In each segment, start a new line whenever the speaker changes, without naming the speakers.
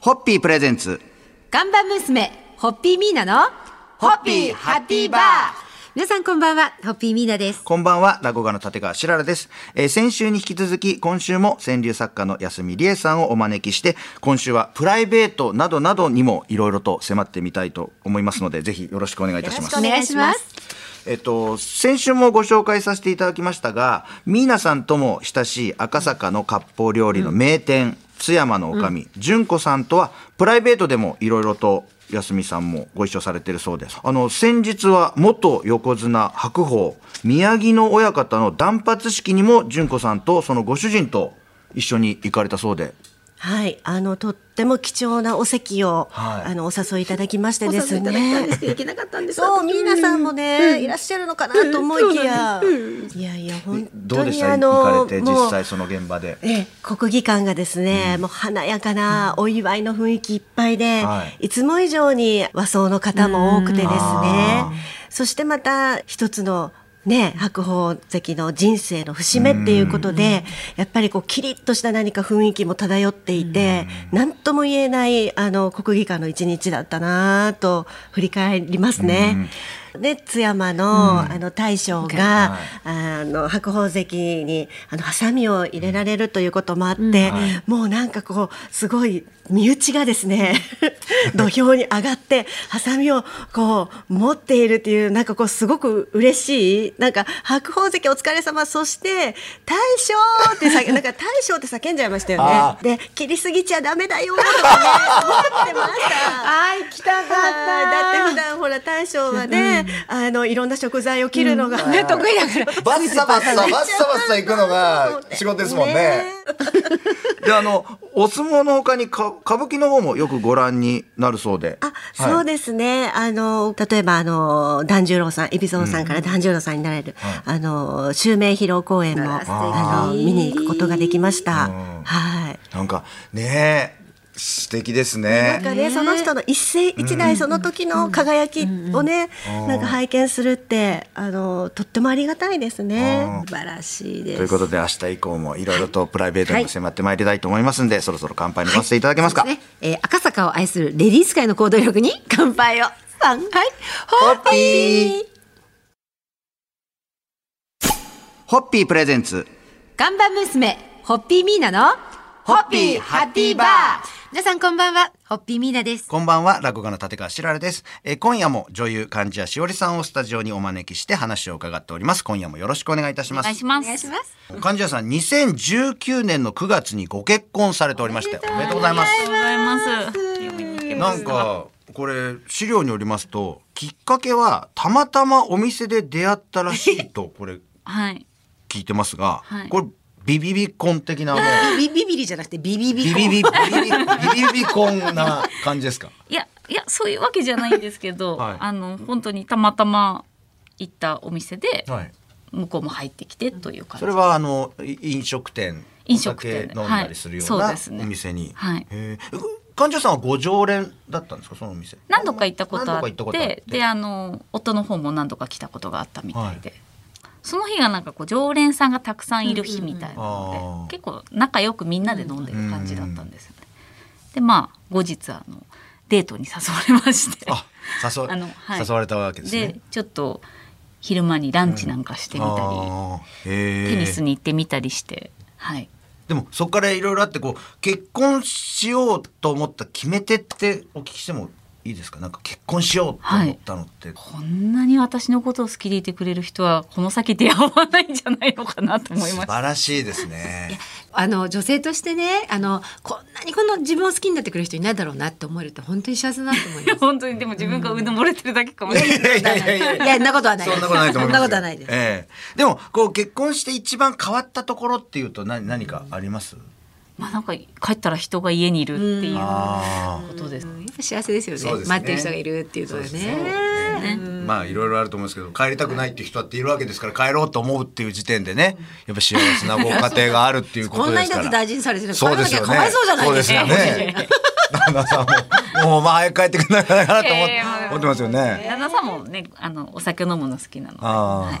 ホッピープレゼンツ。
看板娘、ホッピーミーナの、
ホッピーハッピーバー
皆さんこんばんは、ホッピーミーナです。
こんばんは、落語家の立川しららです。えー先週に引き続き、今週も川柳作家の安見理恵さんをお招きして、今週はプライベートなどなどにもいろいろと迫ってみたいと思いますので、ぜひよろしくお願いいたします
お。願いします。
えっと、先週もご紹介させていただきましたが、ミーナさんとも親しい赤坂の割烹料理の名店、津山の女将、純子さんとは、プライベートでもいろいろと、安見さんもご一緒されてるそうです。あの、先日は元横綱白鵬、宮城野親方の断髪式にも純子さんとそのご主人と一緒に行かれたそうで、
はい、あのとっても貴重なお席を、
はい
あのお誘いいただきまして
お
です
誘いいただいたんで
ね
す。けど、いけなかったんです
そう、ミーナさんもね、いらっしゃるのかなと思いきや、
うん
いやいや本
ど
当
うでし
に
た行
あの
かれて
も
実
う
際その現場で。
ええ国技館がですね、もう華やかなお祝いの雰囲気いっぱいで、
はい
い、つも以上に和装の方も多くてですね
あ、
そしてまた一つのね、白鵬関の人生の節目っていうことで、やっぱりこうキリッとした何か雰囲気も漂っていて、何とも言えないあの国技館の一日だったなぁと振り返りますね。で津山の,、あの大将が、あの白鵬関にあのハサミを入れられるということもあって、もうなんかこうすごい身内がで すね土俵に上がってハサミをこう持っているっていうなんかこうすごく嬉しいなんか白鵬関お疲れ様そして大将ってさなんか大将って叫んじゃいましたよ
あ
ね。で切りすぎちゃダメだよとかね思ってました。
あー、行きたかっ
だって
た。
普段ほら大将はね、あのいろんな食材を切るのが、
ね、得意だから。
バッサバッサバッサバッサ行くのが仕事ですもんね。であのお相撲のほかにか歌舞伎の方もよくご覧になるそうで。
あ、そうですね。あの、例えば、あの、團十郎さん、海老蔵さんから團十郎さんになられる、あの、襲名披露公演も、
あら素敵
あの、見に行くことができました。はい。
す。なんかねえ素敵です
なん
ね。
かね、その人の一世一代その時の輝きをね、なんか拝見するって、あの、とってもありがたいですね。。
素晴らし
と
い
い
で
う
す。
ことで明日以降もいろいろとプライベートにも迫ってまいりたいと思いますんで、そろそろ乾杯にさせていただけますか。
ね、えー赤坂を愛するレディース界の行動力に乾杯を。さんはい。
ホッピーホッピープレゼンツ
看板娘、ホッピーミーナの、
ホッピーハッピーバー
皆さんこんばんは、ホッピーミーナです。
こんばんは、落語家の立川しららです。えー今夜も女優、貫地谷しおりさんをスタジオにお招きして話を伺っております。今夜もよろしくお願いいたします。
お願いします。
貫地谷さん、2019年の9月にご結婚されておりまして、おめでとうございます。
ありがとうございます。読みに行けま
な
す
んかこれ資料によりますときっかけはたまたまお店で出会ったらしいと これ
はい。
聞いてますが、
はい
これビビビコン的なもう
ビビビリじゃなくてビビビ
ビビビビビビビビビコンな感じですか。
いや、いや、そういうわけじゃないんですけど、
はい
あの、本当にたまたま行ったお店で、
はい。
向こうも入ってきてという感じ。
それはあのい飲食店
飲食店
お酒飲んだりするよう
はい
な
そうですね
お店に。
はい
へえ。患者さんはご常連だったんですかそのお店。
何度か行ったことあ
何度か行
っ
った
て
ことあって
であの夫の方も何度か来たことがあったみたいで、その日がなんかこう常連さんがたくさんいる日みたいなので、
うんうんあー
結構仲良くみんなで飲んでる感じだったんですよね。でまあ後日あのデートに誘われまして
あ、誘
あのはい
誘われたわけですね
で。ちょっと昼間にランチなんかしてみたり、
あーへえ
テニスに行ってみたりして、はい、
でもそこからいろいろあってこう結婚しようと思った決め手ってお聞きしてもいいですかなんか結婚しようと思ったのって、
こんなに私のことを好きでいてくれる人はこの先出会わないんじゃないのかなと思い
素
ました。
晴らしい ですね。
あの女性としてねあのこんなにこの自分を好きになってくれる人いないだろうなって思えると本当に幸せだなと思います。
本当にでも自分がうぬぼれてるだけかもしれない。
いやいやいやいや
いやそんなことはない
そんなことないと思いますよ。
そんなことはないです。
ええでもこう結婚して一番変わったところっていうと何何かあります？
まあなんか帰ったら人が家にいるっていう
あ
ことです。
うんやっぱ幸せですよね
そうですね
待ってる人がいるっていうのはね
そうですねまあいろいろあると思うんですけど帰りたくないっていう人だっているわけですから帰ろうと思うっていう時点でねやっぱ幸せなご家庭があるっていうこ
ことんな
で
に
す
だ
か
って
ら
大。事にされてる
そう
の
です
帰ら
よ
な
ね。
きゃかわいそうじゃないですか
そうですよね。旦那さんも、もう、まあ、早く帰ってくんないかなと思っ
いやい
て
やまあ、
思ってますよね。
旦那さんもねあのお酒飲むの好きなので、
ああ、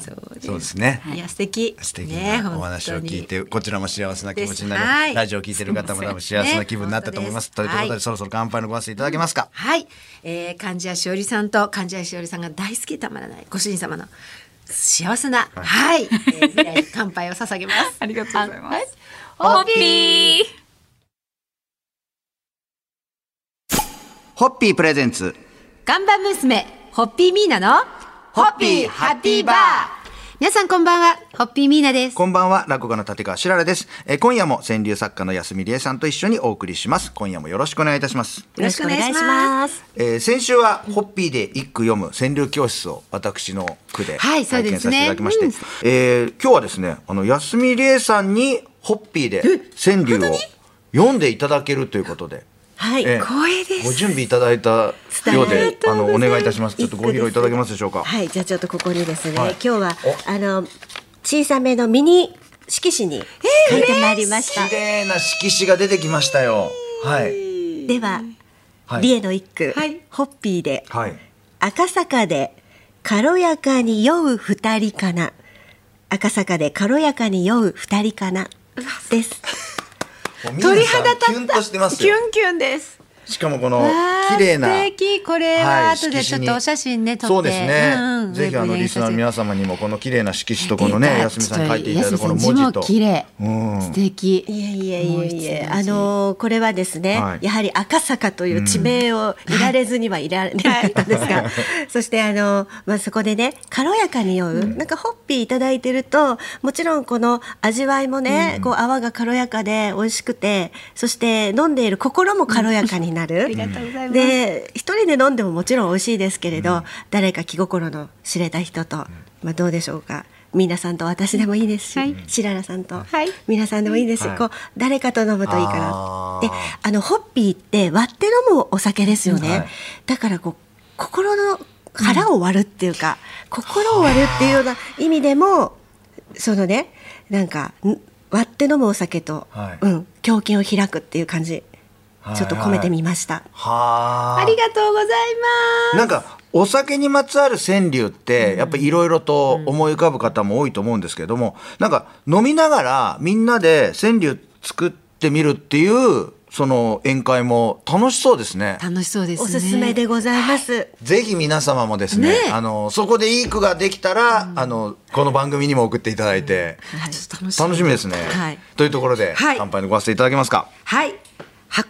そう
そう
で
ですすね。
いや素敵
素敵
ね
なお話を聞いて、こちらも幸せな気持ちに
です
な
は
る
い
ラジオを聞いてる方も多分幸せな気分になったと思います。
ね
ということで、
本当です
そろそろ乾杯のご挨拶いただけますか。
はい、えー、貫地谷しおりさんと貫地谷しおりさんが大好きでたまらないご主人様の幸せなはい、えー未来に乾杯を捧げます。
ありがとうございます。ホッピー
ホッピープレゼンツ。
ガンバ娘、ホッピーミーナの、
ホッピーハッピーバー
皆さんこんばんは、ホッピーミーナです。
こんばんは、落語家の立川しららです。えー今夜も川柳作家の安見理恵さんと一緒にお送りします。今夜もよろしくお願いいたします。
よろしくお願いします
えー先週はホッピーで一句読む川柳教室を私の句で
は
拝
い
見
そ
さ
う
せて
で
い
す
た
ね
だきまして、えー今日はですねあの安見理恵さんにホッピーで川柳を読んでいただけるということで。
はい、
ええ
光栄です
ご準備いただいたよう
あ
で
り、
あのお願いいたします。ちょっとご披露いただけますでしょうか。
はい、じゃあちょっとここにですね、
はい
今日はあの小さめのミニ色紙に書いてまいりました。
綺麗な色紙が出てきましたよ。はい。
では、
はい
リエの一句、
はい
ホッピーで
はい。
赤坂で軽やかに酔う二人かな。赤坂で軽やかに酔う二人かな。です。
もう皆さん
鳥肌立っ
キ
た。
ュンとしてますよ
キュ。ンキュンです。
しかもこの
わー
綺麗な。
素敵これは後
色紙
で
に
ちょっとお写真ね撮って
そうですね。
うんうん
ぜひあ
ウェブ
の
で
リスナーの皆様にもこの綺麗な色紙とこのね、安見さんに書いていただいたこの文字と。
綺麗、
うん
素敵。
いえいえいえいえ、
もう
あ
一つ
のこれはですね、
はい
やはり赤坂という地名をいられずにはいられなかったんですが、 そしてあのまあそこでね軽やかに酔う、なんかホッピーいただいてるともちろんこの味わいもね、こう泡が軽やかで美味しくてそして飲んでいる心も軽やかになる、
ありがとうございます。
で一人で飲んでももちろん美味しいですけれど、誰か気心の知れた人と、まあ、どうでしょうか皆さんと私でもいいですし、
はい
しららさんと、
はい
皆さんでもいいですし、
はい
こう誰かと飲むといいか
あ
な
ー
であのホッピーって割って飲むお酒ですよね、
はい
だからこう心の腹を割るっていうか、心を割るっていうような意味でもそのねなんかん割って飲むお酒と、
はい
うん胸筋を開くっていう感じ、
はい
ちょっと込めてみました。
は
あ
あ
りがとうございます。
なんかお酒にまつわる川柳ってやっぱりいろいろと思い浮かぶ方も多いと思うんですけれども、なんか飲みながらみんなで川柳作ってみるっていうその宴会も楽しそうですね。
楽しそうですね。
おすすめでございます。
ぜひ皆様もですね
ねえ
あのそこでいい句ができたら、あのこの番組にも送っていただいて、
あ。ちょっと楽しみ
楽しみですね、
はい
というところで、
はい
乾杯のご挨拶いただけますか
はい。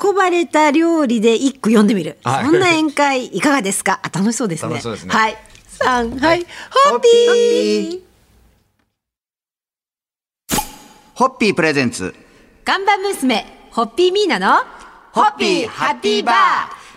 運ばれた料理で一句読んでみる。
はい
そんな宴会いかがですか。あ、楽しそうですね。
楽しそうですね
はい。三、はい。ホッピ
ホッ
ー。
ピホッピープレゼンツ
看板娘、ホッピーミーナの、
ホッピーハッピーバー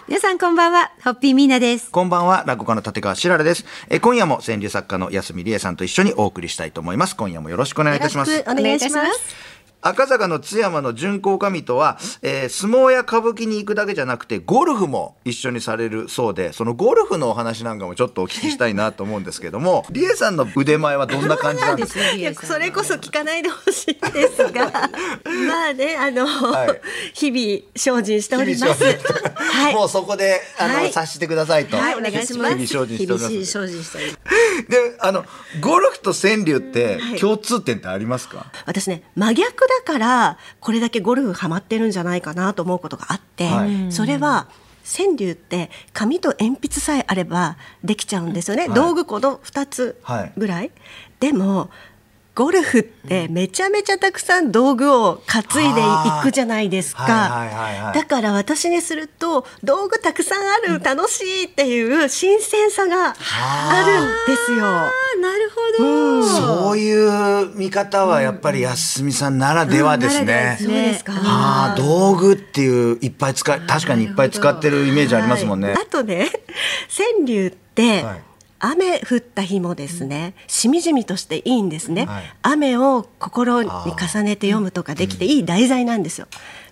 皆さんこんばんは、ホッピーミーナです。
こんばんは、落語家の立川しららです。えー今夜も川柳作家の安見理恵さんと一緒にお送りしたいと思います。今夜もよろしくお願いいたしま
よ
す
ろし。くお願いします
赤坂の津山の巡行神とは、えー相撲や歌舞伎に行くだけじゃなくて、ゴルフも一緒にされるそうで、そのゴルフのお話なんかもちょっとお聞きしたいなと思うんですけども、理恵さんの腕前はどんな感じなんですか
いやそれこそ聞かないでほしいですが まあねあの、
はい
日々精進しており
日
ます。
々精進して
はい
もうそこで、あの、
はい
察してくださいと。
はいお願いします
日々精進しております。
厳しい精進しております。
で、あの、ゴルフと川柳って
はい
共通点ってありますか、
私ね真逆だからこれだけゴルフハマってるんじゃないかなと思うことがあって、
はい
それは川柳って紙と鉛筆さえあればできちゃうんですよね、
はい
道具この2つぐらい、でもゴルフってめちゃめちゃたくさん道具を担いでいくじゃないですか、
はいはいはいはい
だから私にすると道具たくさんある楽しいっていう新鮮さがあるんですよ。
あなるほど。
そ ういう見方はやっぱり安住さんならではですね。
そうですか、
ああ道具っていういっぱい使い確かにいっぱい使ってるイメージありますもんね
はい。あとね、 川柳って、
はい
雨降った日もですね、しみじみとしていいんですね。
はい
雨を心に重ねて読むとかできていい題材なんですよ。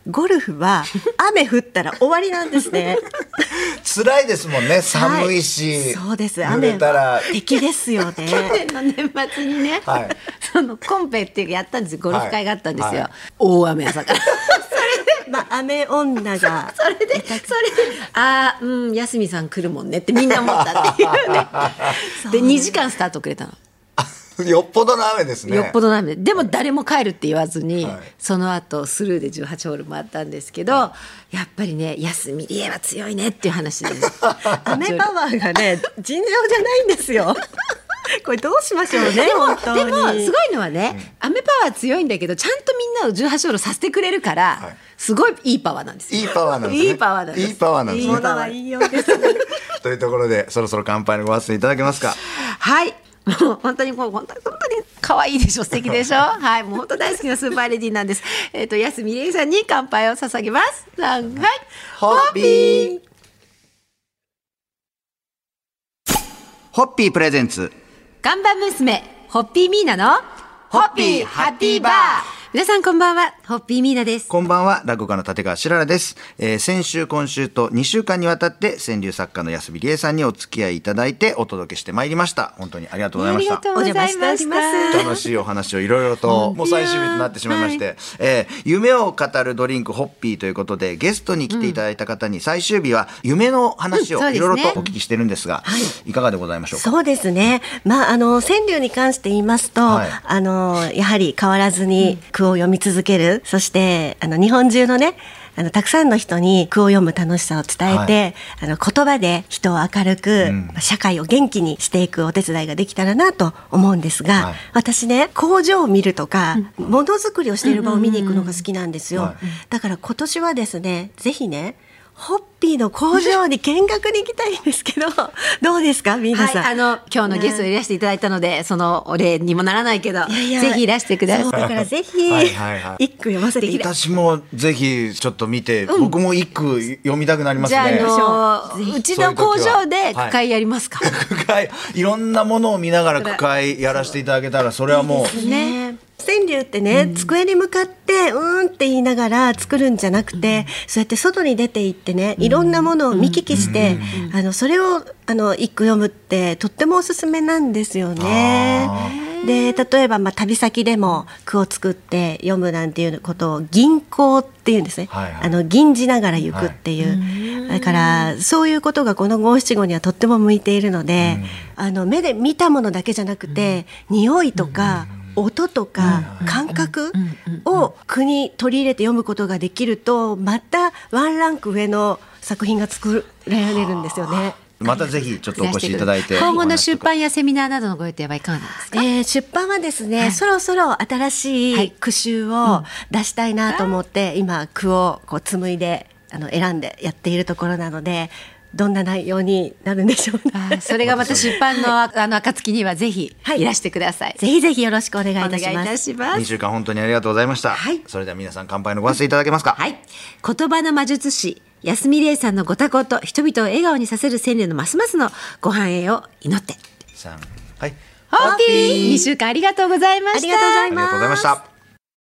ゴルフ は雨降ったら終わりなんですね。
辛いですもんね 寒い
は
し、
そうです。
濡
雨
れたら
は敵で すよ
去年
ね。
の年末にね、
はい
そのコンペっていうやったんですよゴルフ会があったんですよ、
はいはい
大雨 朝から
まあ雨女が
それでそれでああうん安 見さん来るもんねってみんな思ったっていうねで2時間スタートくれたの
よっぽどの雨ですね。
よっぽどなめでも誰も帰るって言わずに、
はい
その後スルーで18ホール回ったんですけど、やっぱりね安ミリエは強いねっていう話で
雨パワーがね尋常じゃないんで すよこれどうしましょうね
でも
本当に
でもすごいのはね、雨パワー強いんだけどちゃんとみんなを18ホールさせてくれるから、
はい
すごいいいパワーなんですよ
いいパワーなんですね。
いいパワーなんです
いいパワーなんです
いい
ね。
ものはいいようですね
というところで、そろそろ乾杯のご発声いただけますか。
はい。もう本当にもう本当に本当に可愛いでしょ素敵 でしょはいもう本当大好きなスーパーレディーなんですえっ、と安美玲さんに乾杯を捧げますさんはい
ホッピーホッピープレゼンツ。
看板娘ホッピーミーナの
ホッピーハッピーバー
皆さんこんばんはホッピーミーナです
こんばんは、落語家の立川しららです。えー先週、今週と2週間にわたって、川柳作家の安美理恵さんにお付き合いいただいてお届けしてまいりました。本当にありがとうございました。
ありがとうございまし
お邪魔しており
た
ま
楽しいお話をいろいろ と、もう最終日となってしまいまして、えー夢を語るドリンクホッピーということで、ゲストに来ていただいた方に最終日は夢の話
うん
を
そう
い
です
ろ
ね
いろとお聞きしてるんですが、いかがでございましょうか。
そうですね。まあ、あの、川柳に関して言いますと、
はい
あの、やはり変わらずに句を読み続ける。そして、あの、日本中のね、あの、たくさんの人に句を読む楽しさを伝えて、あの、言葉で人を明るく、まあ社会を元気にしていくお手伝いができたらなと思うんですが、
はい
私ね、工場を見るとか、ものづくりをしている場を見に行くのが好きなんですよ。
はい
だから今年はですね、ぜひね、ホッピーの工場に見学に行きたいんですけど、どうですかみんな
はい
さん。
あの今日のゲストにいらしていただいたのでそのお礼にもならないけど
いやいや
ぜひいらしてくだ
そう
さい
だからぜひ、
はいはいはい
一句読ませていただき
私もぜひちょっと見て、僕も一句読みたくなります
じゃあ、
ね。
あのうちの工場で区会やりますか、
区会 いろんなものを見ながら区会やらせていただけたらそれはもう
ね。川柳ってね、机に向かってうーんって言いながら作るんじゃなくて、そうやって外に出て行ってねいろんなものを見聞きして、あのそれをあの一句読むってとってもおすすめなんですよね
あ。
で例えば、まあ、旅先でも句を作って読むなんていうことを銀行っていうんですね、
はいはい
あの吟じながら行くっていう、だからそういうことがこの五七五にはとっても向いているので、あの目で見たものだけじゃなくて、匂いとか、音とか感覚を句に取り入れて読むことができるとまたワンランク上の作品が作られるんですよね。
またぜひちょっ とお越しいただいて
今後の出版やセミナーなどのご予定はいかがなんですか、
えー出版はですね、そろそろ新し
はい
い句集を出したいなと思って、今句をこう紡いであの選んでやっているところなのでどんな内容になるんでしょう
あ
ね。
ーそれがまた出版のあの暁にはぜひいらしてください。
ぜひぜひよろしくお願いい
お
た
願いい
します
た。しま
2
す。
週間本当にありがとうございました、
はい
それでは皆さん乾杯のご発声いただけますか、
はい、言葉の魔術師安美玲さんのご多幸と人々を笑顔にさせる川柳のますますのご繁栄を祈って。
さんはい
ホッピー二週間ありがとうございました。
ありがとうございます
ありがとうございました